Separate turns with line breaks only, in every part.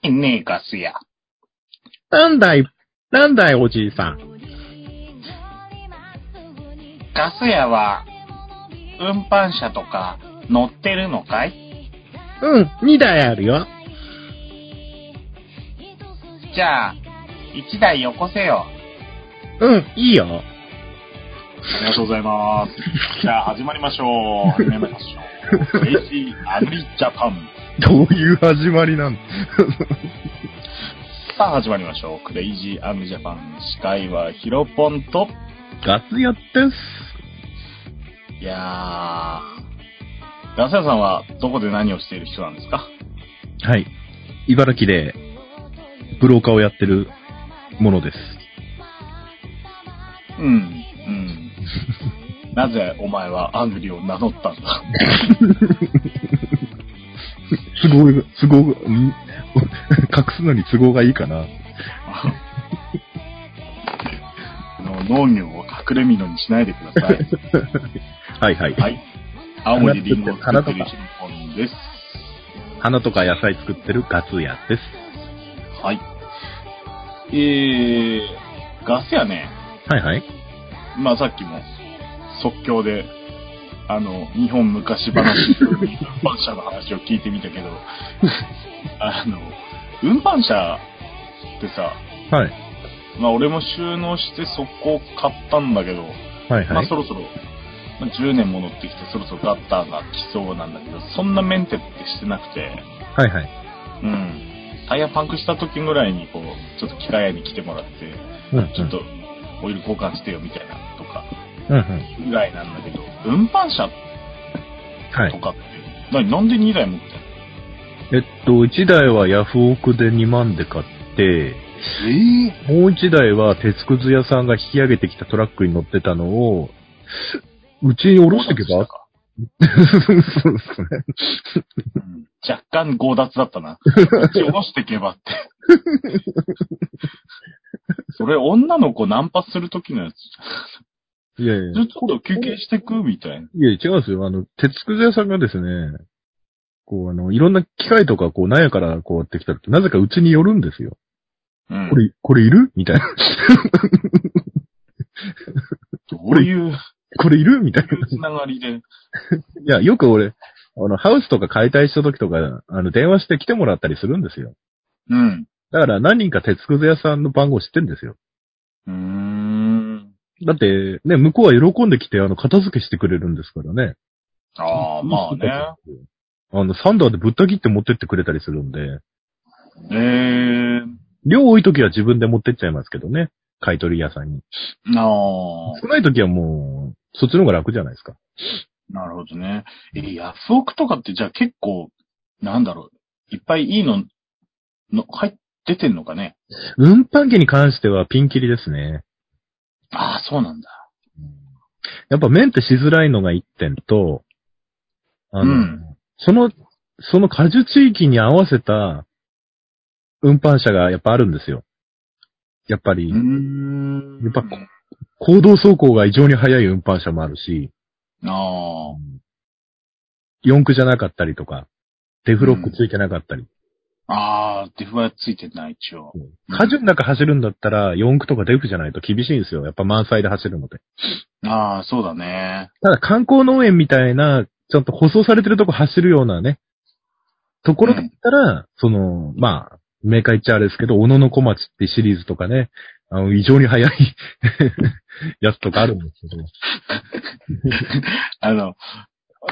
けねえかすや。
なんだい、なんだいおじいさん。
ガス屋は、運搬車とか乗ってるのかい
うん、2台あるよ。
じゃあ、1台よこせよ。
うん、いいよ。
ありがとうございます。じゃあ始まりましょう。始めましょう。レイジーアグリジャパン。
どういう始まりなの
さあ始まりましょう。クレイジーアグリジャパン。司会はヒロポンと、
ガスやってっす。
いやー、ガス屋さんはどこで何をしている人なんです か
はい。茨城で、ブローカーをやってるものです。
うん、うん。なぜお前はアングリを名乗ったんだ
都合が、都合が、ん 隠すのに都合がいいか な。
あの農業を隠れ蓑にしないでください。
はいはい。
はい。青森りんごを作ってるヒロポンです。
花とか野菜作ってるガツヤです。
はい。えー、ガスやね、
はいはい。
まあさっきも即興で、あの、日本昔話、運搬車の話を聞いてみたけど、あの、運搬車ってさ、
はい。
まあ俺も収納して速攻買ったんだけど、
はい
ま
は
あ
い
そ。ろそろ、まあ10年戻ってきてそろそろガッターが来そうなんだけど、そんなメンテってしてなくて、
はいはい。
うん。タイヤパンクした時ぐらいにこう、ちょっと機械屋に来てもらって、
うんうん
ちょっとオイル交換してよみたいなとか
うんうん。
ぐらいなんだけど、運搬車
は
と
い。
かって、何なんで2台持ってんの
えっと、1台はヤフオクで2万で買って、
え
もう1台は鉄くず屋さんが引き上げてきたトラックに乗ってたのを、うちに下ろしてけば そうですね。
若干強奪だ ったな。一応下ろしてけばって。それ女の子ナンパする時のやつ。
いやいや。
ちょっと休憩してくみたいな。
いや、違うんですよ。あの、鉄くず屋さんがですね、こう、あの、いろんな機械とか、こう、納屋からこうやってきたら、なぜかうちに寄るんですよ。
うん
こ。れ、これいるみたいな。
どういう
これいるみたいな。
つながりで。
いや、よく俺、あの、ハウスとか解体した時とか、あの、電話して来てもらったりするんですよ。
うん。
だから、何人か鉄くず屋さんの番号知ってるんですよ。
うーん。
だって、ね、向こうは喜んで来て、あの、片付けしてくれるんですからね。
ああ、まあね。
あの、サンダーでぶった切って持ってってくれたりするんで、
ええ
量多い時は自分で持ってっちゃいますけどね。買い取り屋さんに。
ー、ああ。
少ない時はもう、そっちの方が楽じゃないですか。
なるほどね。え、ヤフオクとかってじゃあ結構、なんだろう、いっぱいいいの、の、入っててんのかね
運搬機に関してはピンキリですね。
ああ、そうなんだ。
やっぱメンテしづらいのが一点と、あの、
うん
その、その果樹地域に合わせた運搬車がやっぱあるんですよ。やっぱり
うー、ん。
やっぱこ行動走行が異常に速い運搬車もあるし、
あ
四駆じゃなかったりとか、デフロックついてなかったり。
あ。ああ、デフはついてんない、一応。
果樹の中走るんだったら、四駆とかデフじゃないと厳しいんですよ。やっぱ満載で走るので。
ああ、そうだね。
ただ観光農園みたいな、ちゃんと舗装されてるとこ走るようなね、ところだったら、その、まあ、メーカー言っちゃあれですけど、小野の小町ってシリーズとかね、あの、異常に速い やつとかあるんですけど、
あの、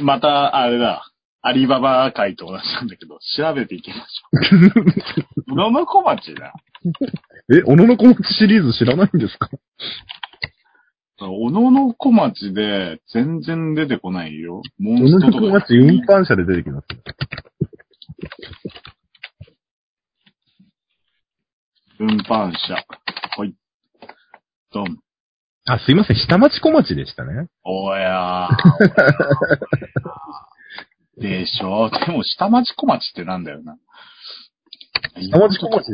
また、あれだ。アリババ会と同じなんだけど、調べていきましょう。 室野小町だ。
え、小野の小町シリーズ知らないんですか
小野の小町で全然出てこないよ。モ
小
ン
野
ス
の
ト
小
とか
町運搬車で出てきます。
運搬車。ほい。ドン。
あ、すいません、下町小町でしたね。
おやー。おやーでしょでも、下町小町ってなんだよな。
下町小町、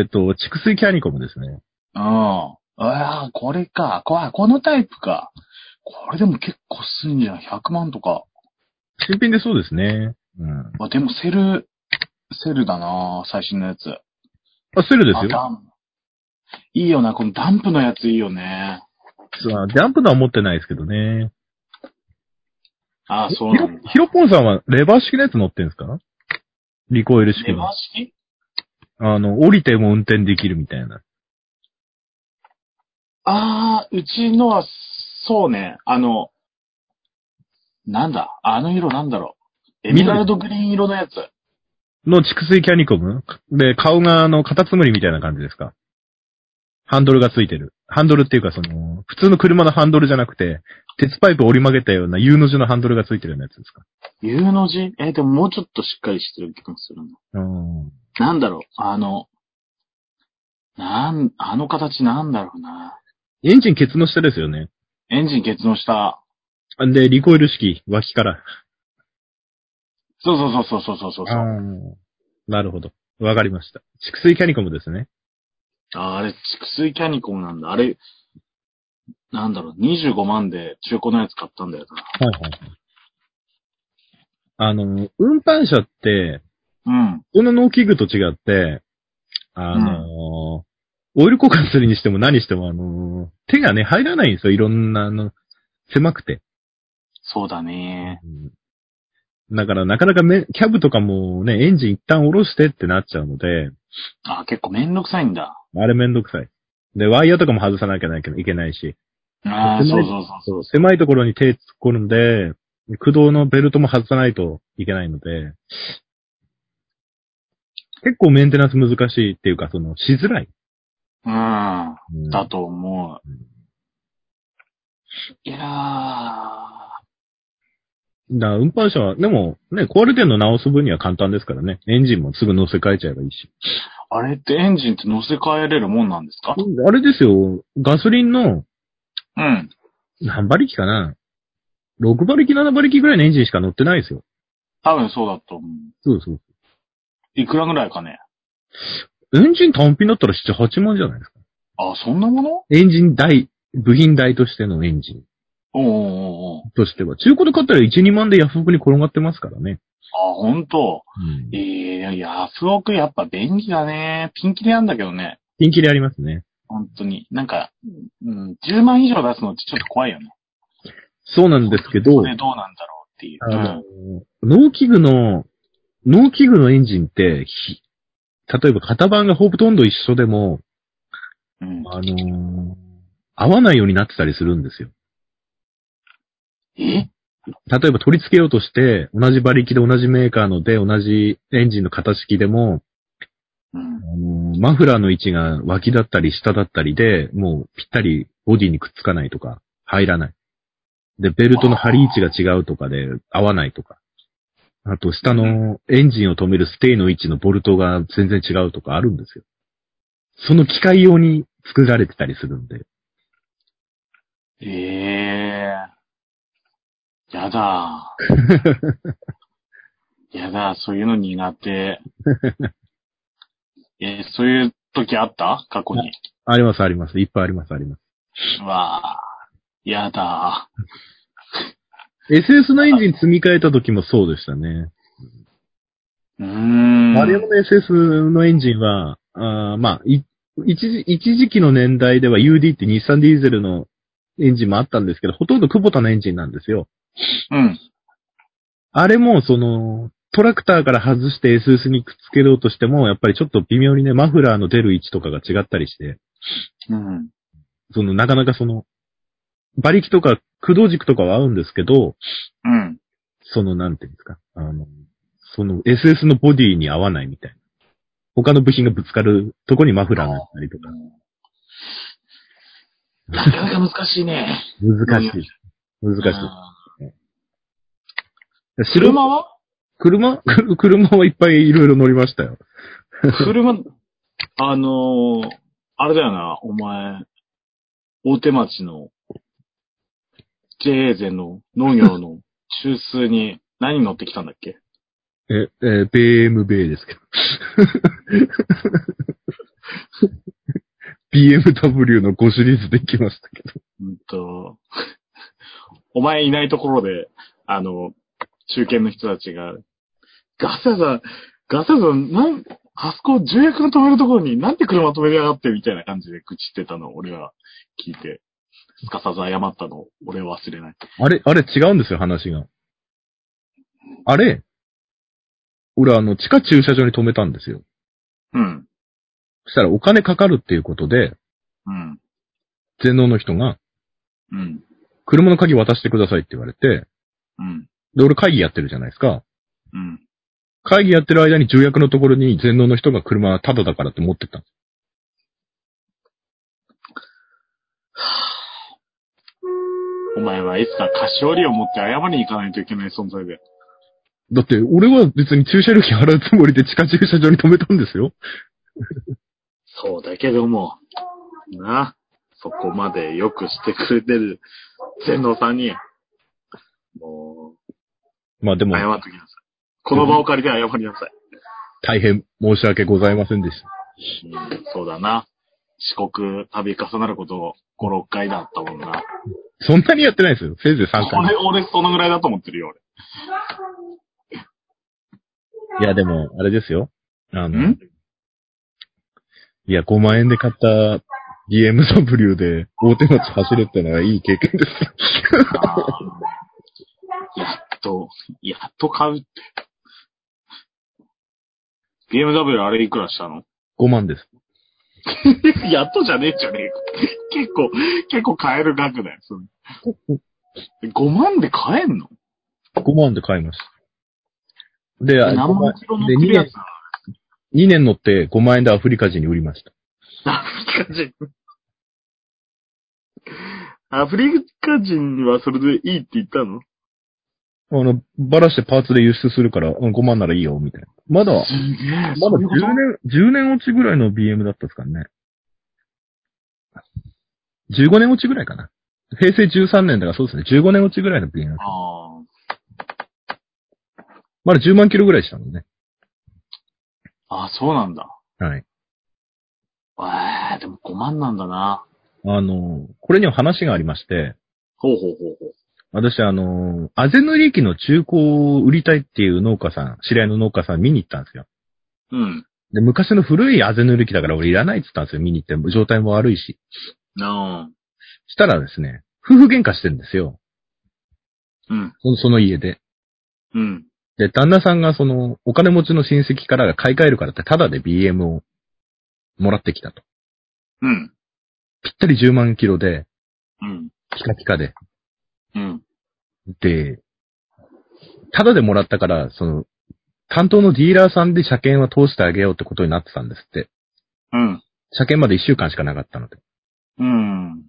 えっ、と、畜水キャニコムですね。
うん。ああ、これか。こわこのタイプか。これでも結構すんじゃん。100万とか。
新品でそうですね。うん。
あでも、セル、セルだな最新のやつ。
あ、セルです
あ
よ。
ダンいいよな、このダンプのやついいよね。
あジャンプのは持ってないですけどね。
あ、そう
ヒ
な
ロ
んだ。
ヒロポンさんはレバー式のやつ乗ってんですかリコイル式
レ
の
バー。式
あの、降りても運転できるみたいな。
ああ、うちのは、そうね、あの、なんだ、あの色なんだろう。エメラルドグリーン色のやつ。
の蓄水キャニコムで、顔があの、カタツムリみたいな感じですかハンドルがついてる。ハンドルっていうかその、普通の車のハンドルじゃなくて、鉄パイプ折り曲げたような U の字のハンドルがついてるようなやつですか
U の字えーでももうちょっとしっかりしてる気がするな。
うん。
なんだろう、あの、なん、あの形なんだろうな。
エンジンケツの下ですよね。
エンジン結納した。
で、リコイル式、脇から。
そうそうそうそうそうそうそう。
なるほど。わかりました。蓄水キャニコムですね。
ああれ、蓄水キャニコムなんだ。あれ、なんだろう、25万で中古のやつ買ったんだよ
はいはい。あの、運搬車って、
な。
この農機具と違って、あの、オイル交換するにしても何しても、あの、手がね、入らないんですよ。いろんな、あの、狭くて。
そうだね。
うんだから、なかなかめ、キャブとかもね、エンジン一旦下ろしてってなっちゃうので、
あー結構めんどくさいんだ。
あれめんどくさい。で、ワイヤーとかも外さなきゃいけないし、
ああ、
と
そう
てもね
そうそうそう。
そう、狭いところに手突っ込んで、駆動のベルトも外さないといけないので、結構メンテナンス難しいっていうか、その、しづらい。
うん。
うん
だと思
うん
う。いやー。あ
だから運搬車は、でも、ね、壊れてんの直す分には簡単ですからね。エンジンもすぐ乗せ替えちゃえばいいし。
れってエンジンって乗せ替えれるもんなんですか
あれですよ、ガソリンの
うん。
何馬力かな ?6 馬力、7馬力ぐらいのエンジンしか乗ってないですよ。
多分そうだと思う。
そうそう。
いくらぐらいかね。
エンジン単品だったら7、8万じゃないですか。
あ、そんなもの
エンジン代、部品代としてのエンジン。
おうおうおうおう
としては。中古で買ったら1、2万で安くに転がってますからね。
あ、ほんと。ええー、ヤフオクやっぱ便利だね。ピンキリなんだけどね。
ピンキリありますね。
本当に。なんか、うん、10万以上出すのってちょっと怖いよね。
そうなんですけど
こ、れどうなんだろうっていう。
あ
うん
の、農機具の、農機具のエンジンって、ひ例えば型番がほとんど一緒でも、
うん。
あのー合わないようになってたりするんですよ。
え
例えば取り付けようとして、同じ馬力で同じメーカーので、同じエンジンの型式でも、
うん
あ。のーマフラーの位置が脇だったり下だったりで、もうぴったりボディにくっつかないとか、入らない。で、ベルトの張り位置が違うとかで、合わないとか。あと、下のエンジンを止めるステイの位置のボルトが全然違うとかあるんですよ。その機械用に作られてたりするんで。
ええー。や だ。やだ、そういうの苦 手。えー、そういう時あった過去に。
あります、あります。いっぱいあります、あります。
うわあ。やだ。
SS のエンジン積み替えた時もそうでしたね。
うーん。
丸山の SS のエンジンは、あーまあ、い一時、一時期の年代では UD って日産ディーゼルのエンジンもあったんですけど、ほとんどクボタのエンジンなんですよ。
うん。
あれも、その、トラクターから外して SS にくっつけようとしても、やっぱりちょっと微妙にね、マフラーの出る位置とかが違ったりして、
うん。
その、なかなかその、馬力とか駆動軸とかは合うんですけど、
うん。
その、なんていうんですか、あの、その SS のボディに合わないみたいな。他の部品がぶつかるとこにマフラーがあったりとか。
なかなか難しいね。
難しい。難し
あ
い。
ー
白
車 は
車車 車はいっぱいいろいろ乗りましたよ。
車、あのーあれだよな、お前、大手町の JA 税の農業の中枢に何乗ってきたんだっけ
え、えー、BMW ですけど。BMW の5シリーズできましたけど。
うんと、お前いないところで、あの、中堅の人たちが、ガサガサ、ガセさん、なん、あそこ重役の止めるところになんて車止めやがってみたいな感じで愚痴ってたのを俺は聞いて、すかさず謝ったのを俺は忘れない。
あれ、あれ違うんですよ、話が。あれ、俺あの、地下駐車場に止めたんですよ。
うん。
そしたらお金かかるっていうことで、
うん。
全能の人が、
うん。
車の鍵渡してくださいって言われて、
うん。
で、俺会議やってるじゃないですか。
うん。
会議やってる間に重役のところに全能の人が車はタダだからって持ってったんです。
お前はいつか菓子折りを持って謝りに行かないといけない存在で。
だって、俺は別に駐車料金払うつもりで地下駐車場に止めたんですよ。
そうだけども、な、そこまでよくしてくれてる全能さんに、も
まあで
う、
も
謝、っときなさい。この場を借りて謝りなさい。
大変申し訳ございませんでした。
うん、そうだな。四国旅重なること5、6回だったもんな。
そんなにやってないですよ。せいぜい3回。
俺、俺そのぐらいだと思ってるよ、
いや、でも、あれですよ。あ
俺。
の、いや、5万円で買った BMW で大手町走れたのはいい経験ですよ。
あーやっと、やっと買うって。BMW あれいくらしたの
5万です。
やっとじゃねえじゃねえか。結構、結構買える額だよ、それ。5万で買えんの
5万で買いました。で、あ
何万キロ乗って
で
る
2
や
年
つ、な
2年乗って5万円でアフリカ人に売りました。
アフリカ人。 アフリカ人はそれでいいって言ったの
あの、ばらしてパーツで輸出するから、うん、5万ならいいよ、みたいな。まだ、
すげえ。
まだ
そういうこと
10年、10年落ちぐらいの BM だったですからね。15年落ちぐらいかな。平成13年だからそうですね。15年落ちぐらいの BM。
ああ。
まだ10万キロぐらいしたのね。
ああ、そうなんだ。
はい。
ええ、でも5万なんだな。
あの、これには話がありまして、
ほうほうほうほう。
私あの、アゼヌリキの中古を売りたいっていう農家さん、知り合いの農家さん見に行ったんですよ。
うん。
で、昔の古いアゼヌリキだから俺いらないって言ったんですよ。見に行って、状態も悪いし。
な
したらですね、夫婦喧嘩してるんですよ。
あ。うん。
そのその家で。
うん。
で、旦那さんがその、お金持ちの親戚から買い替えるからって、ただで BM をもらってきたと。
うん。
ぴったり10万キロで、
うん。
ピカピカで。
うん。
で、ただでもらったから、その、担当のディーラーさんで車検は通してあげようってことになってたんですって。
うん。
車検まで1週間しかなかったので。
うん。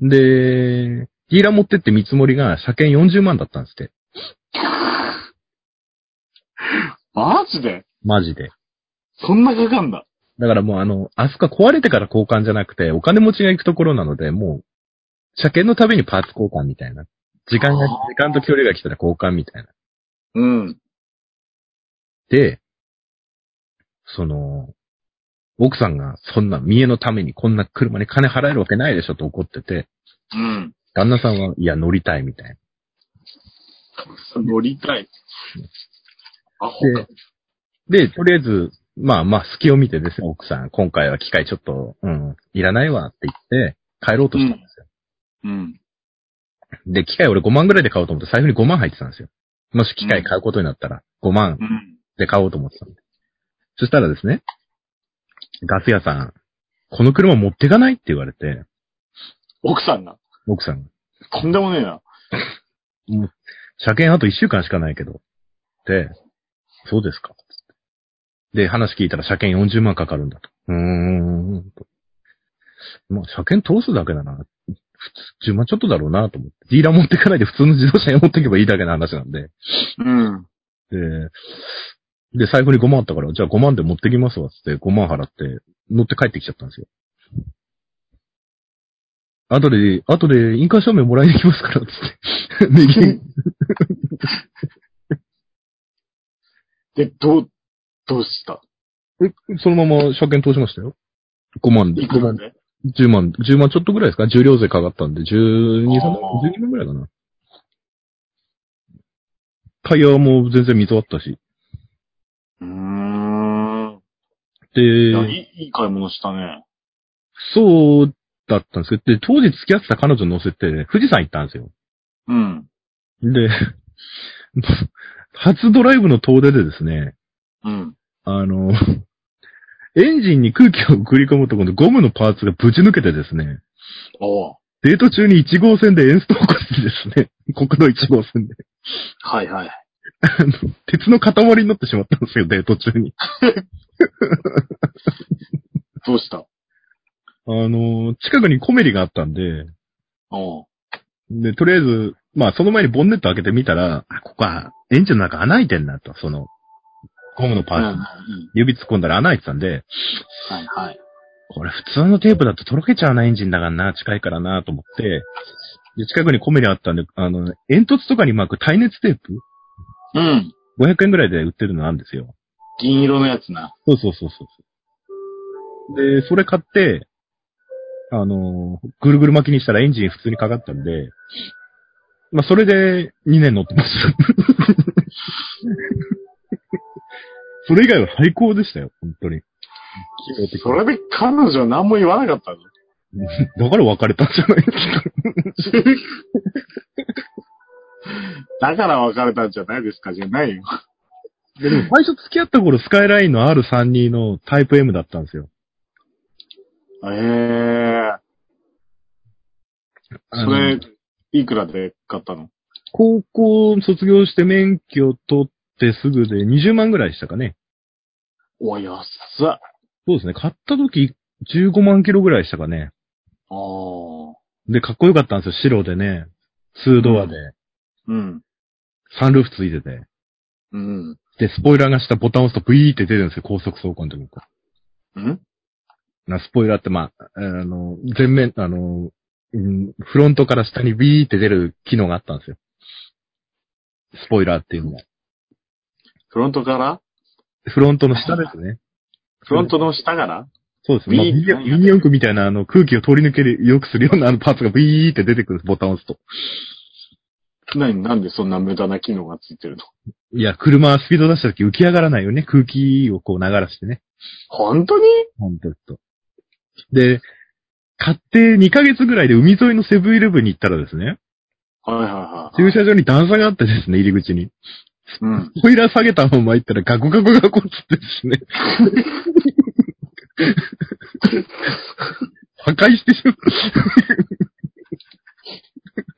で、ディーラー持ってって見積もりが車検40万だったんですって。
マジで
マジで。
そんなかかんだ。
だからもうあの、アスカ壊れてから交換じゃなくて、お金持ちが行くところなので、もう、車検のためにパーツ交換みたいな。時間が
あ、ー
時間と距離が来たら交換みたいな。
うん。
で、その、奥さんがそんな見栄のためにこんな車に金払えるわけないでしょと怒ってて、
うん。
旦那さんは、いや、乗りたいみたいな。
乗りたい。あ、ほか。
で、とりあえず、まあまあ、隙を見てですね、奥さん、今回は機械ちょっと、うん、いらないわって言って、帰ろうとしたんですよ。
うん。
で、機械俺5万ぐらいで買おうと思って、財布に5万入ってたんですよ。もし機械買うことになったら、5万
うん。
で買おうと思ってたんで。そしたらですね、ガス屋さん、この車持ってかないって言われて、
奥さんが。
奥さんが。
とんでもねえな。
車検あと1週間しかないけど。で、そうですか。で、話聞いたら車検40万かかるんだと。うーん。とまあ、車検通すだけだな。普通、10万ちょっとだろうなと思って。ディーラー持ってかないで普通の自動車に持ってけばいいだけの話なんで。
うん。
で、で、財布に5万あったから、じゃあ5万で持ってきますわ、つって5万払って、乗って帰ってきちゃったんですよ。後で、後で印鑑証明もらいに来ますから、つって。 で、現
で、どう、どうした
えそのまま車検通しましたよ。5万で。
いくら
万
で
10万、10万ちょっとぐらいですか重量税かかったんで、12、3
あ
万
ー、
12万ぐらいかな。タイヤも全然溝あったし。
うーん。いや
で、
いいいい買い物したね。
そうだったんですけど、で、当時付き合ってた彼女乗せて、富士山行ったんですよ。
うん。
で、初ドライブの遠出でですね、
うん。
あの、エンジンに空気を送り込むところのゴムのパーツがぶち抜けてですね、
おう
デート中に1号線でエンストを起こしてですね、国道1号線で、
はいはい。
あの鉄の塊になってしまったんですよ、デート中に。
どうした
あの、近くにコメリがあったんで、
おう
で、とりあえず、まあ、その前にボンネット開けてみたら、あ、ここは、エンジンの中穴開いてんなと、その、ゴムのパ
うん。う
ー
ん
ツに。指突っ込んだら穴開いてたんで、
はいはい。
これ普通のテープだととろけちゃうなエンジンだからな、近いからな、と思って、で、近くにコメリあったんで、あの、煙突とかに巻く耐熱テープ
うん。
?500 円ぐらいで売ってるのあるんですよ。
銀色のやつな。
そうそうそうそう。で、それ買って、あの、ぐるぐる巻きにしたらエンジン普通にかかったんで、まあ、それで2年乗ってます。 それ以外は最高でしたよ、本当に。
それで彼女何も言わなかったの
だから別れたんじゃないですか。
だから別れたんじゃないですかじゃないよ。
ででも最初付き合った頃、スカイラインの R32 のタイプ M だったんですよ。
ええ
あ
そ
の
れ、いくらで買ったの
高校卒業して免許取ってすぐで20万ぐらいでしたかね。
お、安っ。あ
そうですね。買った時15万キロぐらいでしたかね。
あ。
で、かっこよかったんですよ。白でね。ツードアで。
うん。
サンルーフついてて。
うん。
で、スポイラーが下ボタンを押すとブイーって出るんですよ。高速走行の時に。
うん
な、スポイラーって、まあ、あの、前面、あの、うんフロントから下にビーって出る機能があったんですよ。スポイラーっていうのが。
フロントから
フロントの下ですね。
フロントの下から
そうですね。まあ、
ビー
ミニミニ四駆みたいなあの空気を通り抜ける、よくするようなあのパーツがビーって出てくるボタンを押すと。
何なんでそんな無駄な機能がついてるの
いや、車はスピード出した時浮き上がらないよね。空気をこう流らしてね。
本当に
本当と。で、買って2ヶ月ぐらいで海沿いのセブンイレブンに行ったらですね、
はいはいはい。
駐車場に段差があってですね、入り口に。
うん。
ホイーラー下げたまま行ったらガコガコガコっつってですね。破壊してしまっ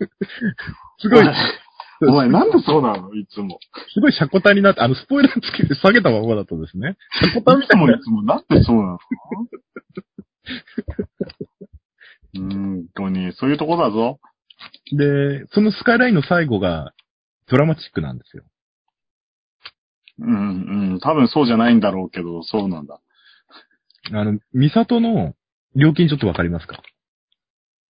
た。すごい、
お前なんでそうなのいつも。
すごいシャコタになって、あの、スポイラーつけて下げたままだとですね。シャコ
い
タみ
つ
たい
も
な。
いつもなんでそうなのうん、本当に、そういうとこだぞ。
で、そのスカイラインの最後がドラマチックなんですよ。
うん、うん。多分そうじゃないんだろうけど、そうなんだ。
あの、ミサトの料金ちょっとわかりますか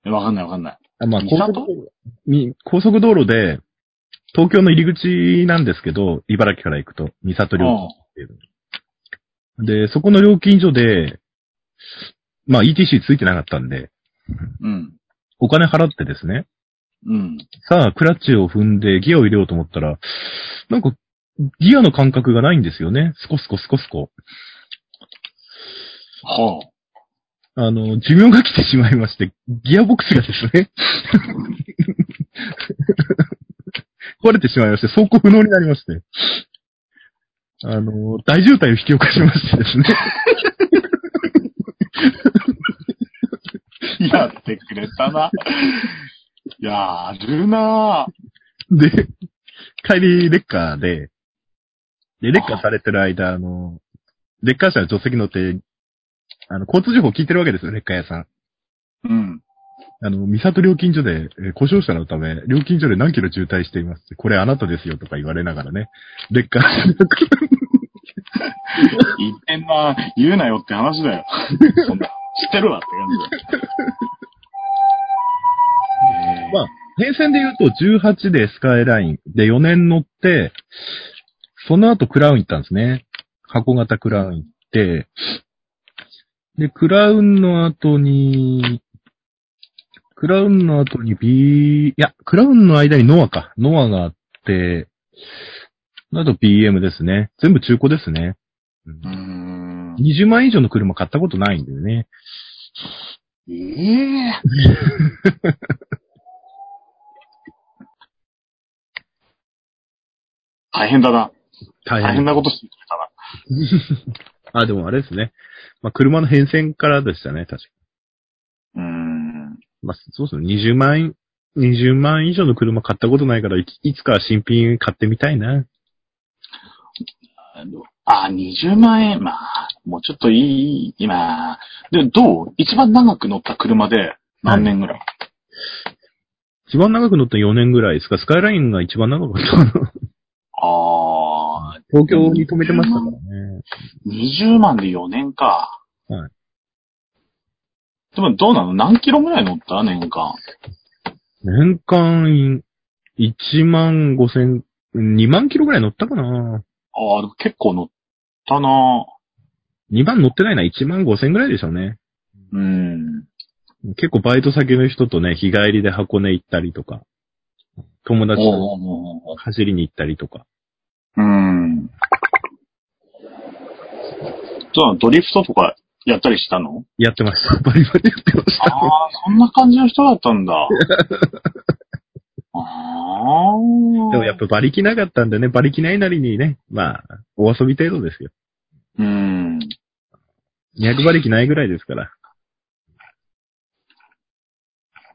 えわかんないわかんない。
あまあ、
三郷
高速道路み高速道路で、東京の入り口なんですけど、茨城から行くと、三郷料金っていうので、そこの料金所で、まあ ETC ついてなかったんで、
うん。
お金払ってですね、
うん。
さあクラッチを踏んでギアを入れようと思ったら、なんか、ギアの感覚がないんですよね。スコスコスコスコ。
はあ。
あの、寿命が来てしまいまして、ギアボックスがですね、 壊れてしまいまして、走行不能になりまして、あの、大渋滞を引き起こしましてですね、
やってくれたな。やるなぁ。
で、帰り、レッカーで、で、レッカーされてる間、あの、レッカー車の助手席乗って、あの、交通情報を聞いてるわけですよ、レッカー屋さん。
うん。
あの、三里料金所で、えー故障者のため、料金所で何キロ渋滞していますってこれあなたですよとか言われながらね、レッカー
言ってんな言うなよって話だよ。そんな、知ってるわって感じだよ。
まあ、平成で言うと18でスカイラインで4年乗って、その後クラウン行ったんですね。箱型クラウン行って、で、クラウンの後に、クラウンの後に B、いや、クラウンの間にノアか。ノアがあって、あと BM ですね。全部中古ですね。うん
うーん。
20万以上の車買ったことないんだよね。
え え
大変だな。
大
大変なことしてくれたな。
あ、でもあれですね。まあ、車の変遷からでしたね、確か
ー。うーん。
まあ、そうですね。20万、20万以上の車買ったことないから、いついつか新品買ってみたいな。
あ、20万円。まあ、もうちょっといい、今。で、どう一番長く乗った車で何年ぐらい、
一番長く乗った4年ぐらいですかスカイラインが一番長かったかな
ああ、
東京に止めてましたからね。
20万で4年か。
はい。
でもどうなの何キロぐらい乗った年間。
年間、1万5千、2万キロぐらい乗ったかな
ああ、でも結構乗ったな
?2 万乗ってないな、1万5千ぐらいでしょうね。
うん。
結構バイト先の人とね、日帰りで箱根行ったりとか、友達と
おうおうおうおう
走りに行ったりとか。
うん。そうなのドリフトとかやったりしたの
やってました。バリバリやってました。
ああ、そんな感じの人だったんだ。 ああ。
でもやっぱ馬力なかったんでね、馬力ないなりにね、まあ、お遊び程度ですよ。
うん。
200馬力ないぐらいですから。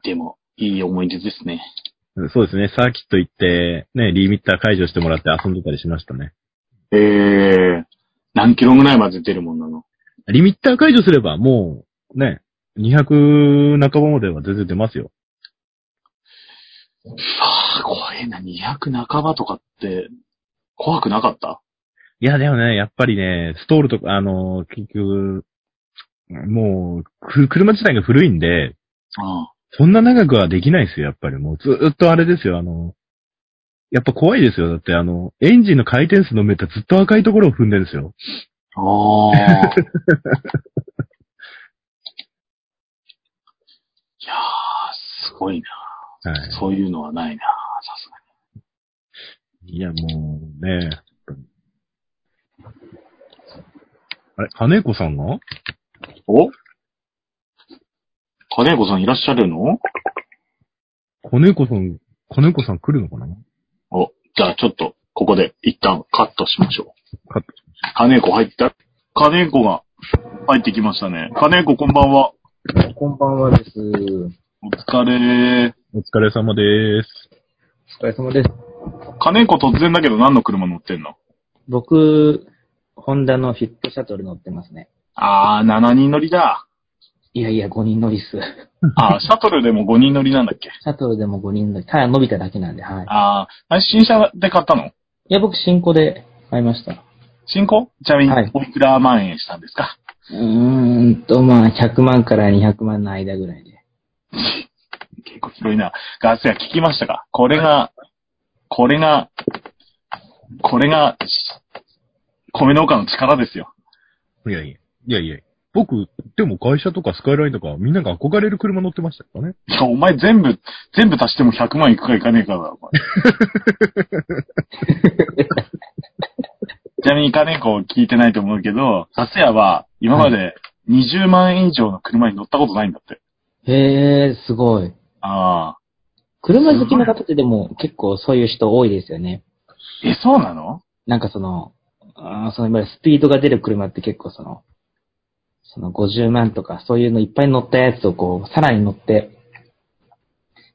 でも、いい思い出ですね。
うんそうですね、サーキット行って、ね、リミッター解除してもらって遊んでたりしましたね。
ええ何キロぐらいまで出るもんなの
リミッター解除すればもう、ね、200半ばまでは全然出ますよ。
ああ、怖いな。200半ばとかって、怖くなかった
いや、でもね、やっぱりね、ストールとか、あの、結局、もう、く車自体が古いんで、
うん。
そんな長くはできないですよ、やっぱり。もうずーっとあれですよ、あの、やっぱ怖いですよ。だって、あの、エンジンの回転数のメーターずっと赤いところを踏んでるんですよ。
ああ。いやー、すごいな。
はい。
そういうのはないな、さすがに。
いや、もうね、本当にあれ、金子さんが
お金子さんいらっしゃるの
金子さん、金子さん来るのかな
お、じゃあちょっと、ここで一旦カットしましょう。
カット
金子入った金子が入ってきましたね。金子こんばんは。
こんばんはです。お
お疲れ
お疲れ様です。
疲れ様です。
金子突然だけど何の車乗ってんの
僕、ホンダのフィットシャトル乗ってますね。
あー、7人乗りだ。
いやいや、5人乗りっす。
あー、シャトルでも5人乗りなんだっけ
シャトルでも5人乗り。ただ伸びただけなんで、はい。
あー、あれ新車で買ったの
いや、僕、新古で買いました。
進行ちなみに
はい、
おいくら万円したんですか
うーんと、まあ、100万から200万の間ぐらいで。
結構広いな。ガス屋聞きましたかこれが、これが、これが、し米農家の力ですよ。
いやいや、いやいや。僕、でも会社とかスカイラインとかみんなが憧れる車乗ってましたからね。
いや、お前全部、全部足しても100万いくかいかねえかだろ、お 前ちなみにいかねえ子聞いてないと思うけど、ガス屋は今まで20万円以上の車に乗ったことないんだって。
へえ、すごい。
ああ。
車好きの方ってでも結構そういう人多いですよね。
え、そうなの
なんかその、あーそのいわゆるスピードが出る車って結構その、その50万とかそういうのいっぱい乗ったやつをこう、さらに乗って、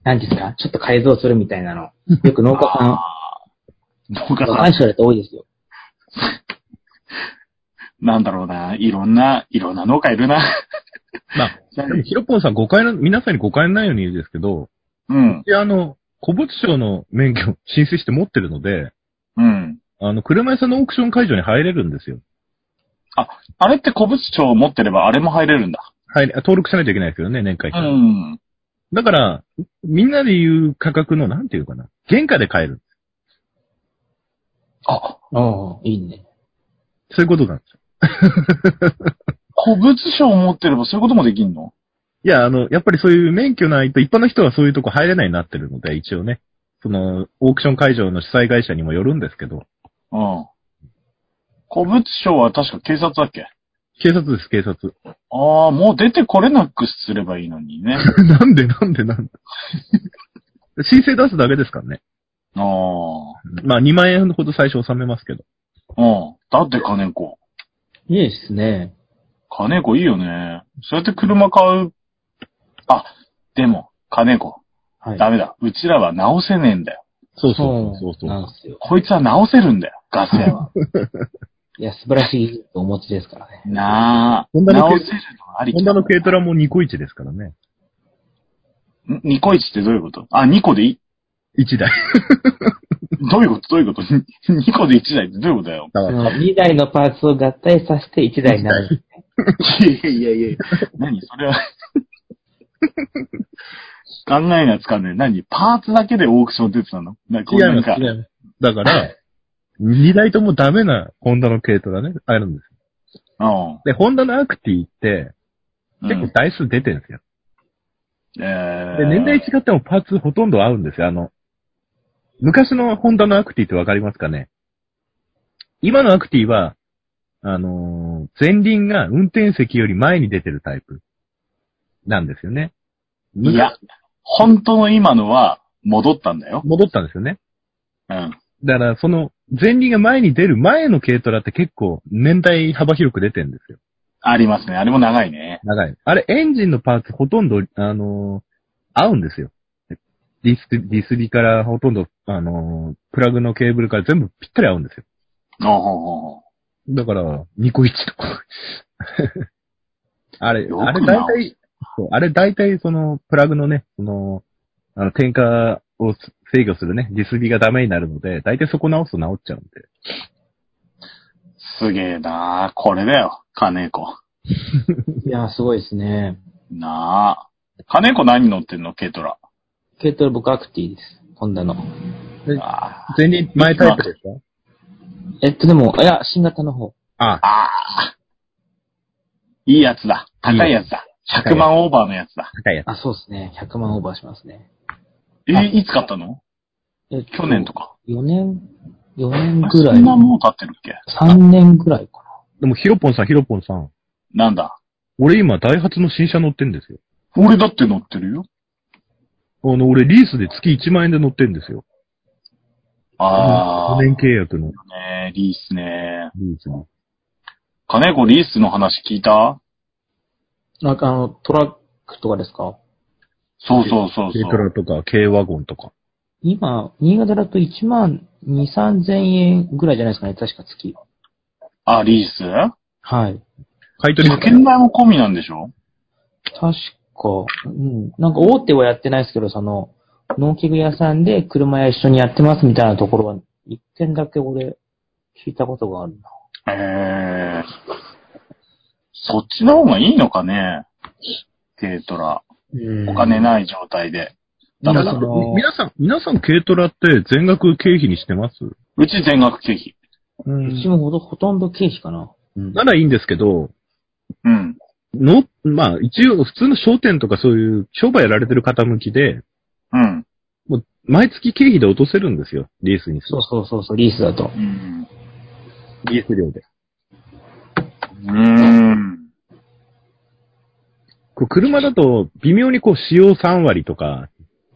なんていうんですか、ちょっと改造するみたいなの。よく農家さん、
あー農家
若
さ
い
ん、
人だと多いですよ。
なんだろうな。いろんな、いろんな農家いるな。
まあ、でもヒロポンさん誤解の、皆さんに誤解のないように言うんですけど、
うん。
いや、あの、古物商の免許を 申請して持ってるので、
うん。
あの、車屋さんのオークション会場に入れるんですよ。
あれって古物庁を持ってればあれも入れるんだ。
入れ、あ登録しないといけないですけどね、年会費。
ん。
だから、みんなで言う価格の、なんていうかな、原価で買える。
あ、
ああ、いいね。
そういうことなんですよ。
古物庁を持ってればそういうこともできんの
いや、あの、やっぱりそういう免許ないと、一般の人はそういうとこ入れないようになってるので、一応ね。その、オークション会場の主催会社にもよるんですけど、
うん。古物庁は確か警察だっけ
警察です、警察。
ああ、もう出てこれなくすればいいのに ね。
なんでなんでなんで申請出すだけですからね。
ああ。
まあ2万円ほど最初納めますけど。
うん。だって金子。
いいですね。
金子いいよね。そうやって車買う。あ、でも、金子。
はい。
ダメだ。うちらは直せねえんだよ。
そうそうそうそう。
なんですよ。
こいつは直せるんだよ。ガス屋 は。
いや、素晴らしい技術をお持ちですからね。
なあ。
ホンダの
直せるのあり
ホ
き
ン
だ
ダの軽トラもニコイチですからね。
んニコイチってどういうことあ、2個でい、
1台。
どういうことどういうこと ?2 個で1台ってどういうことだよ。
だから、
その2台のパーツを合体させて1台になる。
いやいやいやいや。何それは。考えがつかんねえ。何パーツだけでオークション出てたのなんかこう
違
な
いま
んか
す、違います。だから、2台ともダメなホンダの軽トラね、あるんです。
うん
で、ホンダのアクティって、
うん。
結構台数出てるんですよ。
えー
で、年代違ってもパーツほとんど合うんですよ。あの、昔のホンダのアクティってわかりますかね今のアクティは、あのー前輪が運転席より前に出てるタイプなんですよね。
いや、本当の今のは戻ったんだよ。
戻ったんですよね。
うん。
だから、その、前輪が前に出る前の軽トラって結構年代幅広く出てるんですよ。
ありますね。あれも長いね。
長い。あれ、エンジンのパーツほとんど、あのー合うんですよ。ディス、ディスリからほとんど、あのープラグのケーブルから全部ぴったり合うんですよ。
おうほうほうほう
だから、ニコイチとか。 あれ
よ、く
あれ
直
大体、そうあれ大体その、プラグのね、その、あの、点火を制御するね、ディスリがダメになるので、大体そこ直すと直っちゃうんで。
すげえなあこれだよ。金子。
いや、すごいですね。
なあ金子何乗ってんの軽トラ。
軽トラ僕アクティです。ホンダの。
ああ
前輪、前タイプですか
えっと、でも、いや、新型の方。
あ、
ああいいやつだ。高いやつだ。100万オーバーのやつだ。
高いやつ。
あ、そうですね。100万オーバーしますね。
え、いつ買ったの
えっ
去年とか。
4年、4年
あ
ぐらい
そん。なもう経ってるっけ
3年ぐらいか
でも、ヒロポンさん、ヒロポンさん。
なんだ
俺今、ダイハツの新車乗ってんですよ。
俺だって乗ってるよ。
あの、俺、リースで月1万円で乗ってんですよ。
ああ、
5年契約の
ねえ、リースね。
リースに。
金子リースの話聞いた
な。なんかあの、トラックとかですか
そうそうそう
軽
そう。
トラとか、軽ワゴンとか。
今、新潟だと1万2、3千円ぐらいじゃないですかね。確か月。
あ、リース
はい。
買い取
車
りも
検代も込みなんでしょ
確か、うん。なんか大手はやってないですけど、その、農機具屋さんで車屋一緒にやってますみたいなところは、一件だけ俺、聞いたことがあるな。
ええそっちの方がいいのかね軽トラ。お金ない状態で。ダメ
皆さ
いや
だ
そ
ん
の、
皆さん、皆さん軽トラって全額経費にしてます
うち全額経費。
う
うちもほとほとんど経費かな。うん
ならいいんですけど、
うん。
の、まあ一応普通の商店とかそういう商売やられてる方向きで、
うん。
もう毎月経費で落とせるんですよ、リースにす
そ
る
う。そうそうそう、リースだと。
うん。
リース料で。
うーん。
こう車だと微妙にこう使用3割とか、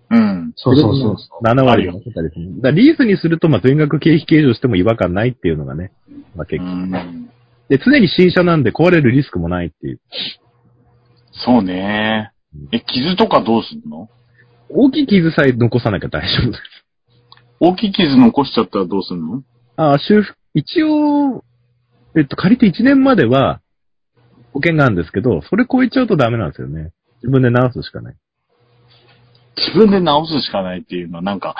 うん。
そうそうそうそ
7割とかだったりするだからリースにするとまあ全額経費計上しても違和感ないっていうのがね、まあ
う
結構。
ん
で、常に新車なんで壊れるリスクもないっていう。
そうね。え、傷とかどうすんの
大きい傷さえ残さなきゃ大丈夫 です。
大きい傷残しちゃったらどうすんの
あ、修復、一応、えっと、借りて1年までは、保険があるんですけど、それ超えちゃうとダメなんですよね。自分で直すしかない。
自分で直すしかないっていうのは、なんか、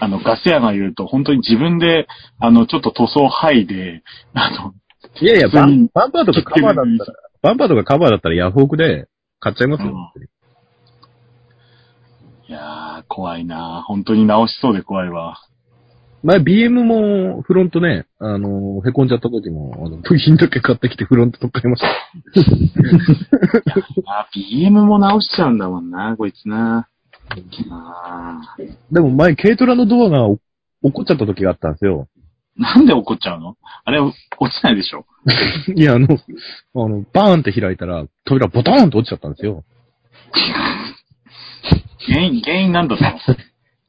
あの、ガス屋が言うと、本当に自分で、あの、ちょっと塗装剥いで、あの、
いやいや、
普通
バン
に
バンパーとかカバーだったら、バンパーとかカバーだったらヤフオクで買っちゃいますよ。
いやー、怖いな本当に直しそうで怖いわ。
前 BM もフロントね、あの、凹んじゃった時も、あの、部品だけ買ってきてフロントとっかえました。
あ、BM も直しちゃうんだもんな、こいつな。あ
でも前軽トラのドアがお落っこっちゃった時があったんですよ。
なんで怒っちゃうのあれ、落ちないでしょ
いや、あの、あの、バーンって開いたら、扉ボトーンと落ちちゃったんですよ。
原因、原因なんだったの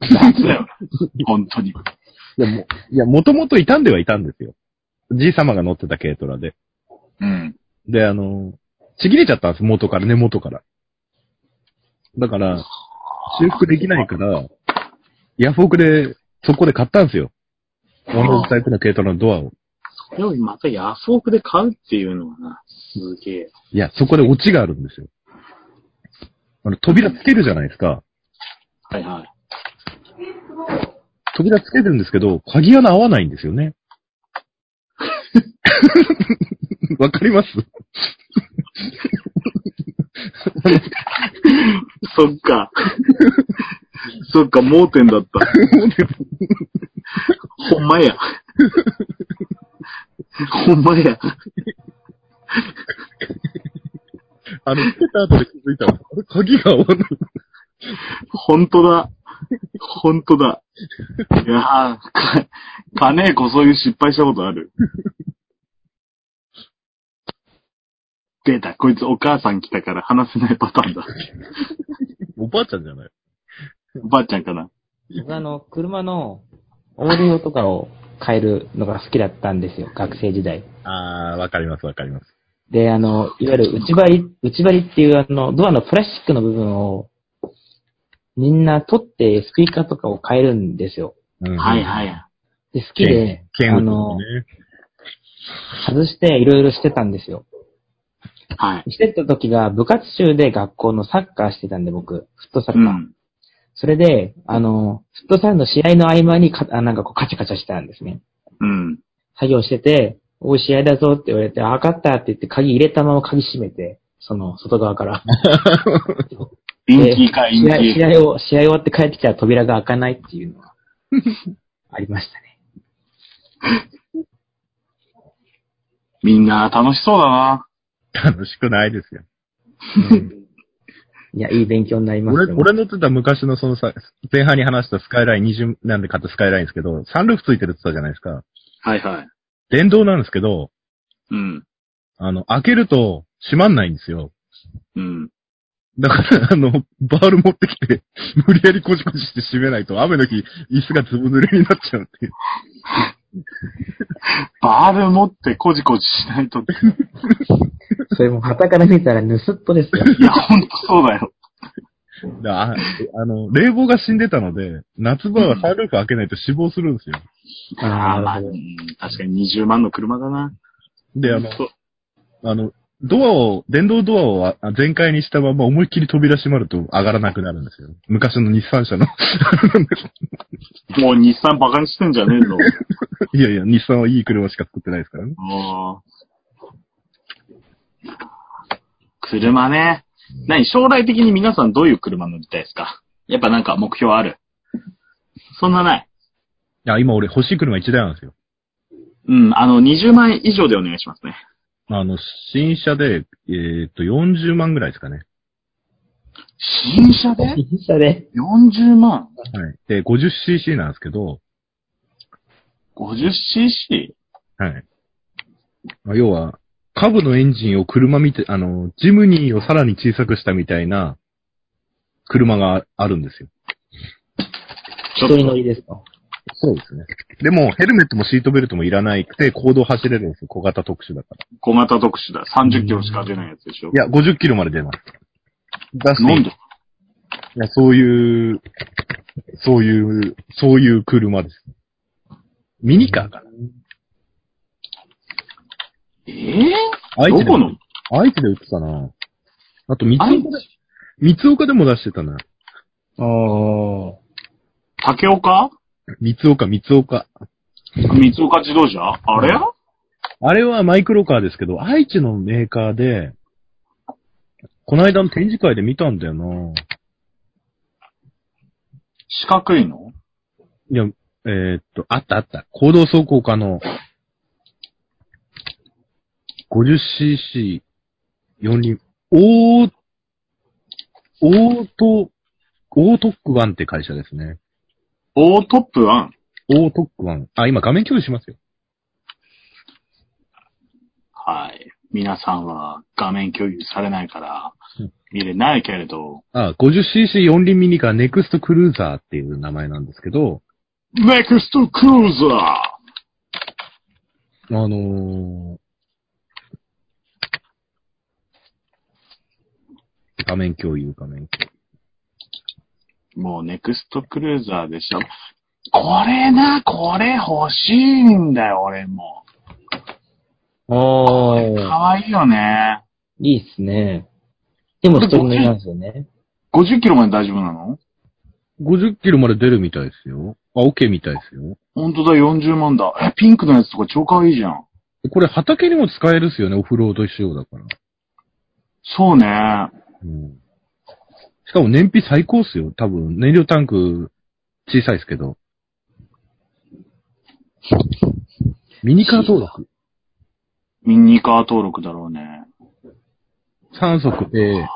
夏だよな。本当に。
いや、も、いや、もともといたんではいたんですよ。じい様が乗ってた軽トラで。
うん。
で、あの、ちぎれちゃったんです、元から、根元から。だから、修復できないから、ヤフオクで、そこで買ったんですよ。同じタイプの軽トラのドアを。
これをまたヤフオクで買うっていうのはな、すげえ。
いや、そこでオチがあるんですよ。あの、扉つけるじゃないですか。
はいはい。
扉つけるんですけど、鍵穴合わないんですよ ね。わかります
そっ か。そっか、盲点だ った。ほんまや。ほんまや。
あの、つけた後で気づいたら、あれ鍵が合わない。
ほんとだ。ほんとだ。いやー、か、かねえこそういう失敗したことある。出た、こいつお母さん来たから話せないパターンだ。
おばあちゃんじゃない
おばあちゃんかな。
僕あの、車のオーディオとかを変えるのが好きだったんですよ、学生時代。
あー、わかりますわかります。
で、あの、いわゆる内張り、内張りっていうあの、ドアのプラスチックの部分を、みんな取ってスピーカーとかを変えるんですよ。
うん
はいはい。
で、好きで、
剣
あ
剣
の
打、
外していろいろしてたんですよ。
はい。
してた時が部活中で学校のサッカーしてたんで僕、フットサ
う
ルか。
ん。
それで、あの、フットサルの試合の合間にか、あなんかこうカチャカチャしてたんですね。
うん。
作業してて、おい試合だぞって言われて、あわかったって言って鍵入れたまま鍵閉めて、その外側から。
インキーか、イン
試合
キ
試
ー。
合を、試合終わって帰ってきたら扉が開かないっていうの は、ありましたね。
みんな楽しそうだな。
剣楽しくないですよ。
いや、いい勉強になります
俺、
よ。
俺乗ってた昔のそのさ、前半に話したスカイライン20、なんで買ったスカイラインですけど、サンルーフついてるって言ったじゃないですか。
はいはい。
電動なんですけど、
うん。
あの、開けると閉まんないんですよ。
うん。
だから、あの、バール持ってきて、無理やりコシコシして閉めないと、雨の日、椅子がずぶ濡れになっちゃうっていう。
バール持ってこじこじしない とって。
それも旗から見たら盗っ人です よ。
いや、ほんとそうだよ。
だああの、冷房が死んでたので、夏場はサンルーフ開けないと死亡するんですよ。
ああ、
ま
な
あ、
る
う
ほど。
ん確かに20万の車だな。
で、あの、
そう
あの、ドアを、電動ドアをあ全開にしたまま思いっきり扉閉まると上がらなくなるんですよ。昔の日産車の。
もう日産バカにしてんじゃねえぞ。
いやいや、日産はいい車しか作ってないですからね。
あー車ね。何将来的に皆さんどういう車乗りたいですかやっぱなんか目標あるそんなない。
いや、今俺欲しい車1台なんですよ。
うん、あの、20万円以上でお願いしますね。
あの、新車で、えーっと、40万ぐらいですかね。
新車で
新車で。
?40 万
はい。で、50cc なんですけど、
?50cc?
はい。まあ、要は、カブのエンジンを車みて、あの、ジムニーをさらに小さくしたみたいな、車があるんですよ。
ちょっ
一人乗りですか。
そうですね。でも、ヘルメットもシートベルトもいらないくて、行動走れるんですよ。小型特殊だから。
小型特殊だ。30キロしか出ないやつでしょ
いや、50キロまで出ます。出して
なんで
いや、そういう、そういう、そういう車です。ミニカーかな。
え
愛知
ど
で
この
愛知で売ってたなあと、三
愛知
岡で、三岡でも出してたな。
おー。
竹岡
三岡、三岡。
三岡自動車あれ
あれはマイクロカーですけど、愛知のメーカーで、この間の展示会で見たんだよな
四角いの
いや、えーっと、あったあった。行動走行可能。50cc、4輪。オー、オート、オートックワンって会社ですね。
オートップワン
オートックワン。あ、今画面共有しますよ。
はい。皆さんは画面共有されないから
うん、
見れないけれど、
あ、50cc 四輪ミニカーネクストクルーザーっていう名前なんですけど、
ネクストクルーザ
あのー画面共有、画面共
ーもうネクストクルーザーでした。これな、これ欲しいんだよ、俺も。
あ
か
あ、
わいいよね。
いいっすね。でも一人乗りなんですよね。
50キロまで大丈夫なの
有。50キロまで出るみたいですよ。あ、OK みたいですよ。
ほんとだ、40万だ。え、ピンクのやつとか超かわいいじゃん。
これ畑にも使えるっすよね、オフロード仕様だから。
そうね。
うん。しかも燃費最高っすよ。多分、燃料タンク小さいっすけど。ミニカー登録。
ミニカー登録だろうね。
3足で、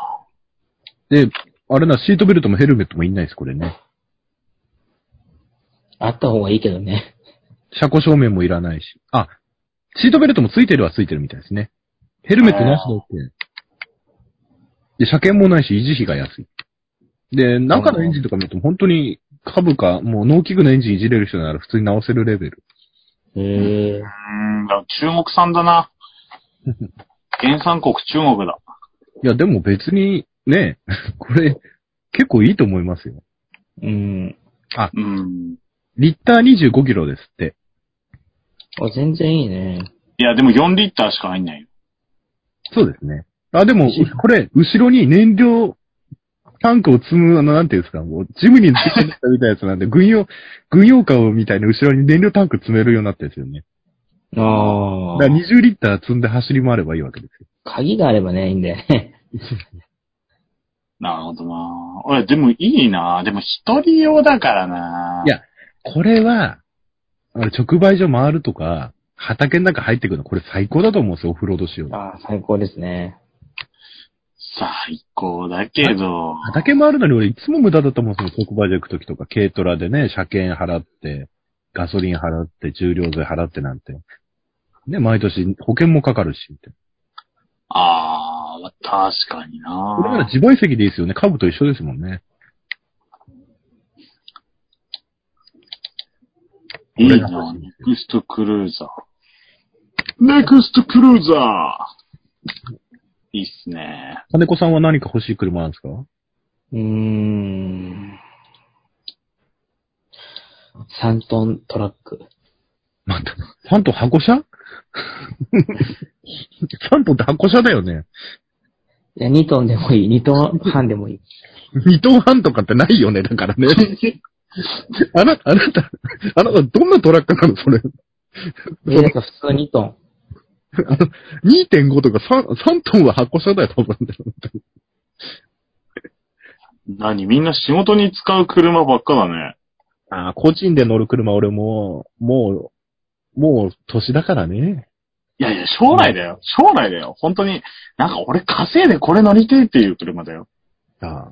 で、あれな、シートベルトもヘルメットもいんないです、これね。
あった方がいいけどね。
車庫正面もいらないし。あ、シートベルトもついてるはついてるみたいですね。ヘルメットなしだって。で、車検もないし、維持費が安い。で、中のエンジンとか見ると本当に株か、もう農機具のエンジンいじれる人なら普通に直せるレベル。
へえ。
うーん、だから中国産だ な。原産国中国だ。
いや、でも別に、ね、 これ、結構いいと思いますよ。
うん。
うん。
リッター25キロですって。
あ、全然いいね。
いや、でも4リッターしか入んないよ。
そうですね。あ、でも、これ、後ろに燃料タンクを積む、あの、なんていうんですか、もう、ジムに積んでたみたいなやつなんで、軍用、軍用カーみたいな後ろに燃料タンク積めるようになったんですよね。
あ
だ
あ
から。20リッター積んで走り回ればいいわけですよ。
鍵があればね、いいんだよね。
なるほどな。俺、でもいいな。でも一人用だからな。
いやこれは、あの直売所回るとか、畑の中入ってくるの、これ最高だと思うんですよ、オフロード仕様。
ああ、最高ですね。
最高だけど。
畑回るのに俺いつも無駄だと思うんですよ。直売所行くときとか、軽トラでね、車検払って、ガソリン払って、重量税払ってなんて。ね、毎年保険もかかるし、みたい
あー、確かに
な。これなら
な。
自賠責でいいですよね。株と一緒ですもんね。
いい
俺が
な。
欲しい
ネクストクルーザー。ネクストクルーザーいいっすね。
金子さんは何か欲しい車なんですか
うーん。3トントラック。
また、サント箱車 サントって箱車だよね。
いや、2トンでもいい。2トン半でもいい。
二トン半とかってないよね、だ からね。あなた、あなた、あなた、どんなトラックなの、それ。
え、なんか普通2トン。
あの、2.5とか 3, 3トンは箱車だよ、多分。
何みんな仕事に使う車ばっかだね。
ああ、個人で乗る車俺も、もう、もう年だからね。
いやいや、将来だよ。将来だよ。本当に。なんか俺稼いでこれ乗りてえっていう車だよ。
あ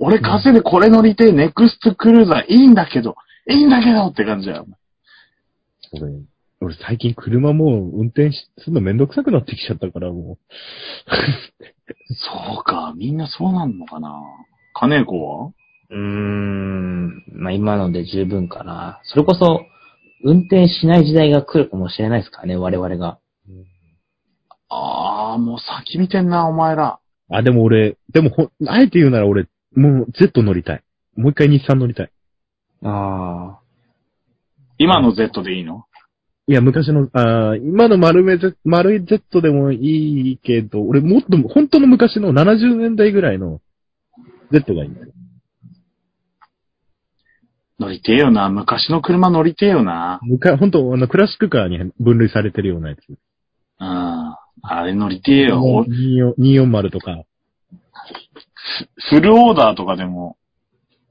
俺稼いでこれ乗りてえ、ネクストクルーザーいいんだけど、いいんだけどって感じだよ。
俺、俺最近車もう運転しするのめんどくさくなってきちゃったから、も
そうか、みんなそうなんのかな。金子は
うーん。まあ今ので十分かな。それこそ、運転しない時代が来るかもしれないですからね、我々が。
あー、もう先見てんな、お前ら。
う。あ、でも俺、でもほ、あえて言うなら俺、もう Z 乗りたい。もう一回日産乗りたい。
ああ。
今の Z でいいの
いや、昔の、あー今の丸め Z、丸い Z でもいいけど、俺もっと、本当の昔の70年代ぐらいの Z がいいんだよ。
乗りてえよな。昔の車乗りてえよな。
むか、本当あの、クラシックカーに分類されてるようなやつ。
うん。あれ乗りてえよ。お
24 240とか。
フルオーダーとかでも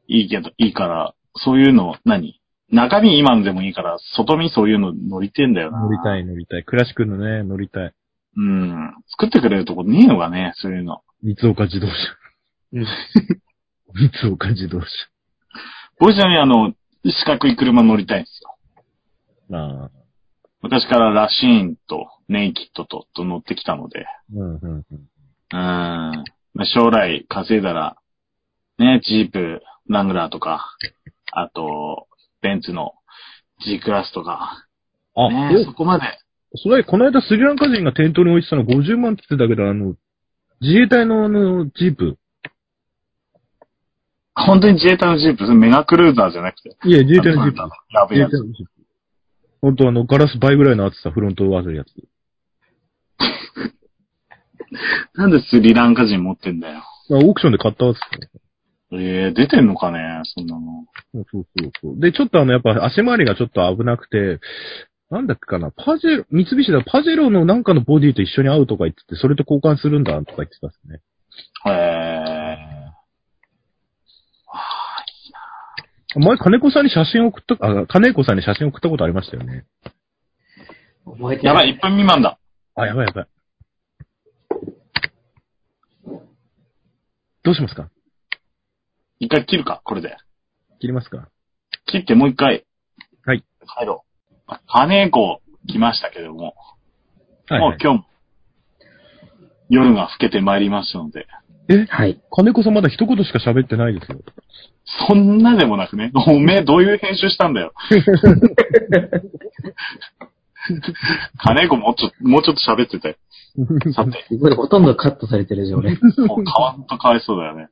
いいけど、いいから、そういうの、何中身今のでもいいから、外身そういうの乗りてえんだよな。
乗りた
い。
い、乗りたい。クラシックのね、乗りたい。
うん。作ってくれるとこねえのがね、そういうの。
三岡自動車。
うん
三岡自動車。
僕ちなみにあの、四角い車乗りたいんですよ。
ああ。
昔からラシーンとネイキッドとと乗ってきたので、
うんうんうん。
うん。まあ将来稼いだら、ね、ジープ、ラングラーとか、あと、ベンツの G クラスとか、
あ、
ね、
え
そこまで。
それ、この間スリランカ人が店頭に置いてたの50万って言ってたけど、あの、自衛隊のあの、ジープ。
本当に自衛隊のジープ、それメガクルーザーじゃなくて。
いや、自衛隊のジープ。
やべえ
自衛
や
隊
つ。
のジープ。ほんとあの、ガラス倍ぐらいの厚さ、フロントを合わせるやつ。
なんでスリランカ人持ってんだよ。
まあ、オークションで買ったわっつって。
ええ出てんのかねそんなの。
そうそうそうそう。で、ちょっとあの、やっぱ足回りがちょっと危なくて、なんだっけかな、パジェロ、三菱だ、パジェロのなんかのボディと一緒に合うとか言ってて、それと交換するんだ、とか言ってたっすね。
へえ
前、金子さんに写真送った、あ、金子さんに写真送ったことありましたよね。
覚えて
やば
ない。
い、1分未満だ。
あ、やばいやばい。どうしますか
一回切るか、これで。
切りますか
切ってもう一回。
はい。
帰ろう。金子来ましたけども、
はい、
もう今日も夜が更けてまいりましたので、
はい。
金子さんまだ一言しか喋ってないですよ。
そんなでもなくね、おめえどういう編集したんだよ。金子もうちょっと、もうちょっと喋ってたよ。さ て、
すごい、ほとんどカットされてるじゃん、俺。
もう変わんとかわいそうだよね。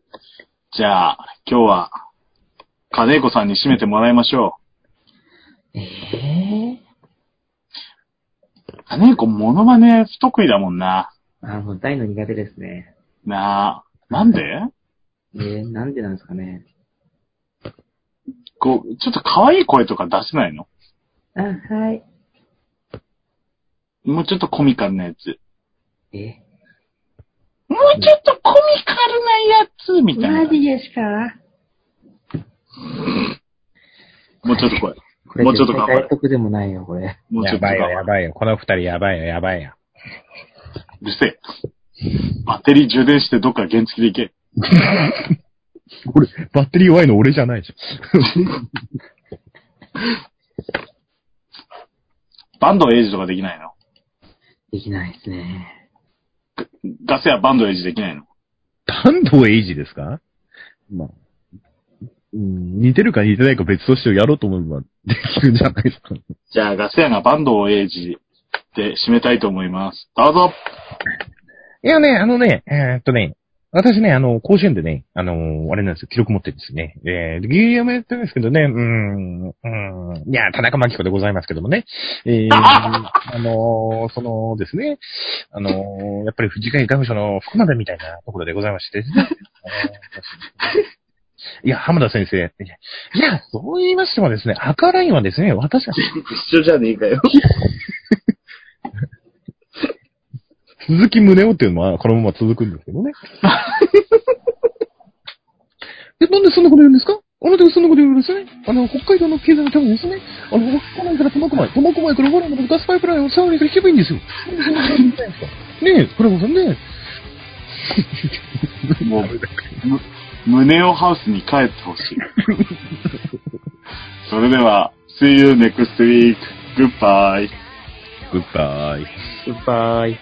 じゃあ、今日は、金子さんに締めてもらいましょ
え え
う。金子モノマネ不得意だもんな。
ー。あ、もう大の苦手ですね。
なあ。なんで
えー、なんでなんですかね。
こう、ちょっと可愛い声とか出せないの
あ、はい。
もうちょっとコミカルなやつ。
え、
もうちょっとコミカルなやつみたいな。
ですか
もうちょっと声。
これ
もうちょっと頑張れ
外国でもないよ、これ。
もうちょっと声。
ばいよ。この二人やばいよ、やばいよ。
うるせえ。バッテリー充電してどっか原付で行け。
俺、バッテリー弱いの俺じゃないでしょ。
バンドエイジとかできないの
できないですね。
ガセやバンドエイジできないの
丹藤エイジですかまあ、うん、似てるか似てないか別としてやろうと思えばできるんじゃないですか。
じゃあガセやがバンドエイジで締めたいと思います。どうぞ
いやね、あのね、えーっとね、私ね、あの、甲子園でね、あのーあれなんですよ、記録持ってるんですよね。えー、ゲームやってるんですけどね、うーん、うーん、いや、田中真紀子でございますけどもね、えー、あのーそのですね、あのーやっぱり藤ヶ谷外務省の福までみたいなところでございまして、あのーいや、浜田先生。いや、いやそう言いましてもですね、赤ラインはですね、私が
一緒じゃねえかよ。
鈴木宗男っていうのは、このまま続くんですけどね。 え、なんでそんなこと言うんですかあなたがそんなこと言うんですね。あの、北海道の経済のためにですね。あの、稚内から苫小牧、苫小牧から小原までガスパイプラインを騒ぎから引けばいいん ですよ。ねえ、これこそね。
もう、む胸をハウスに帰ってほ しい。それでは、See you next week. Goodbye.
グッバイ。
グッバイ。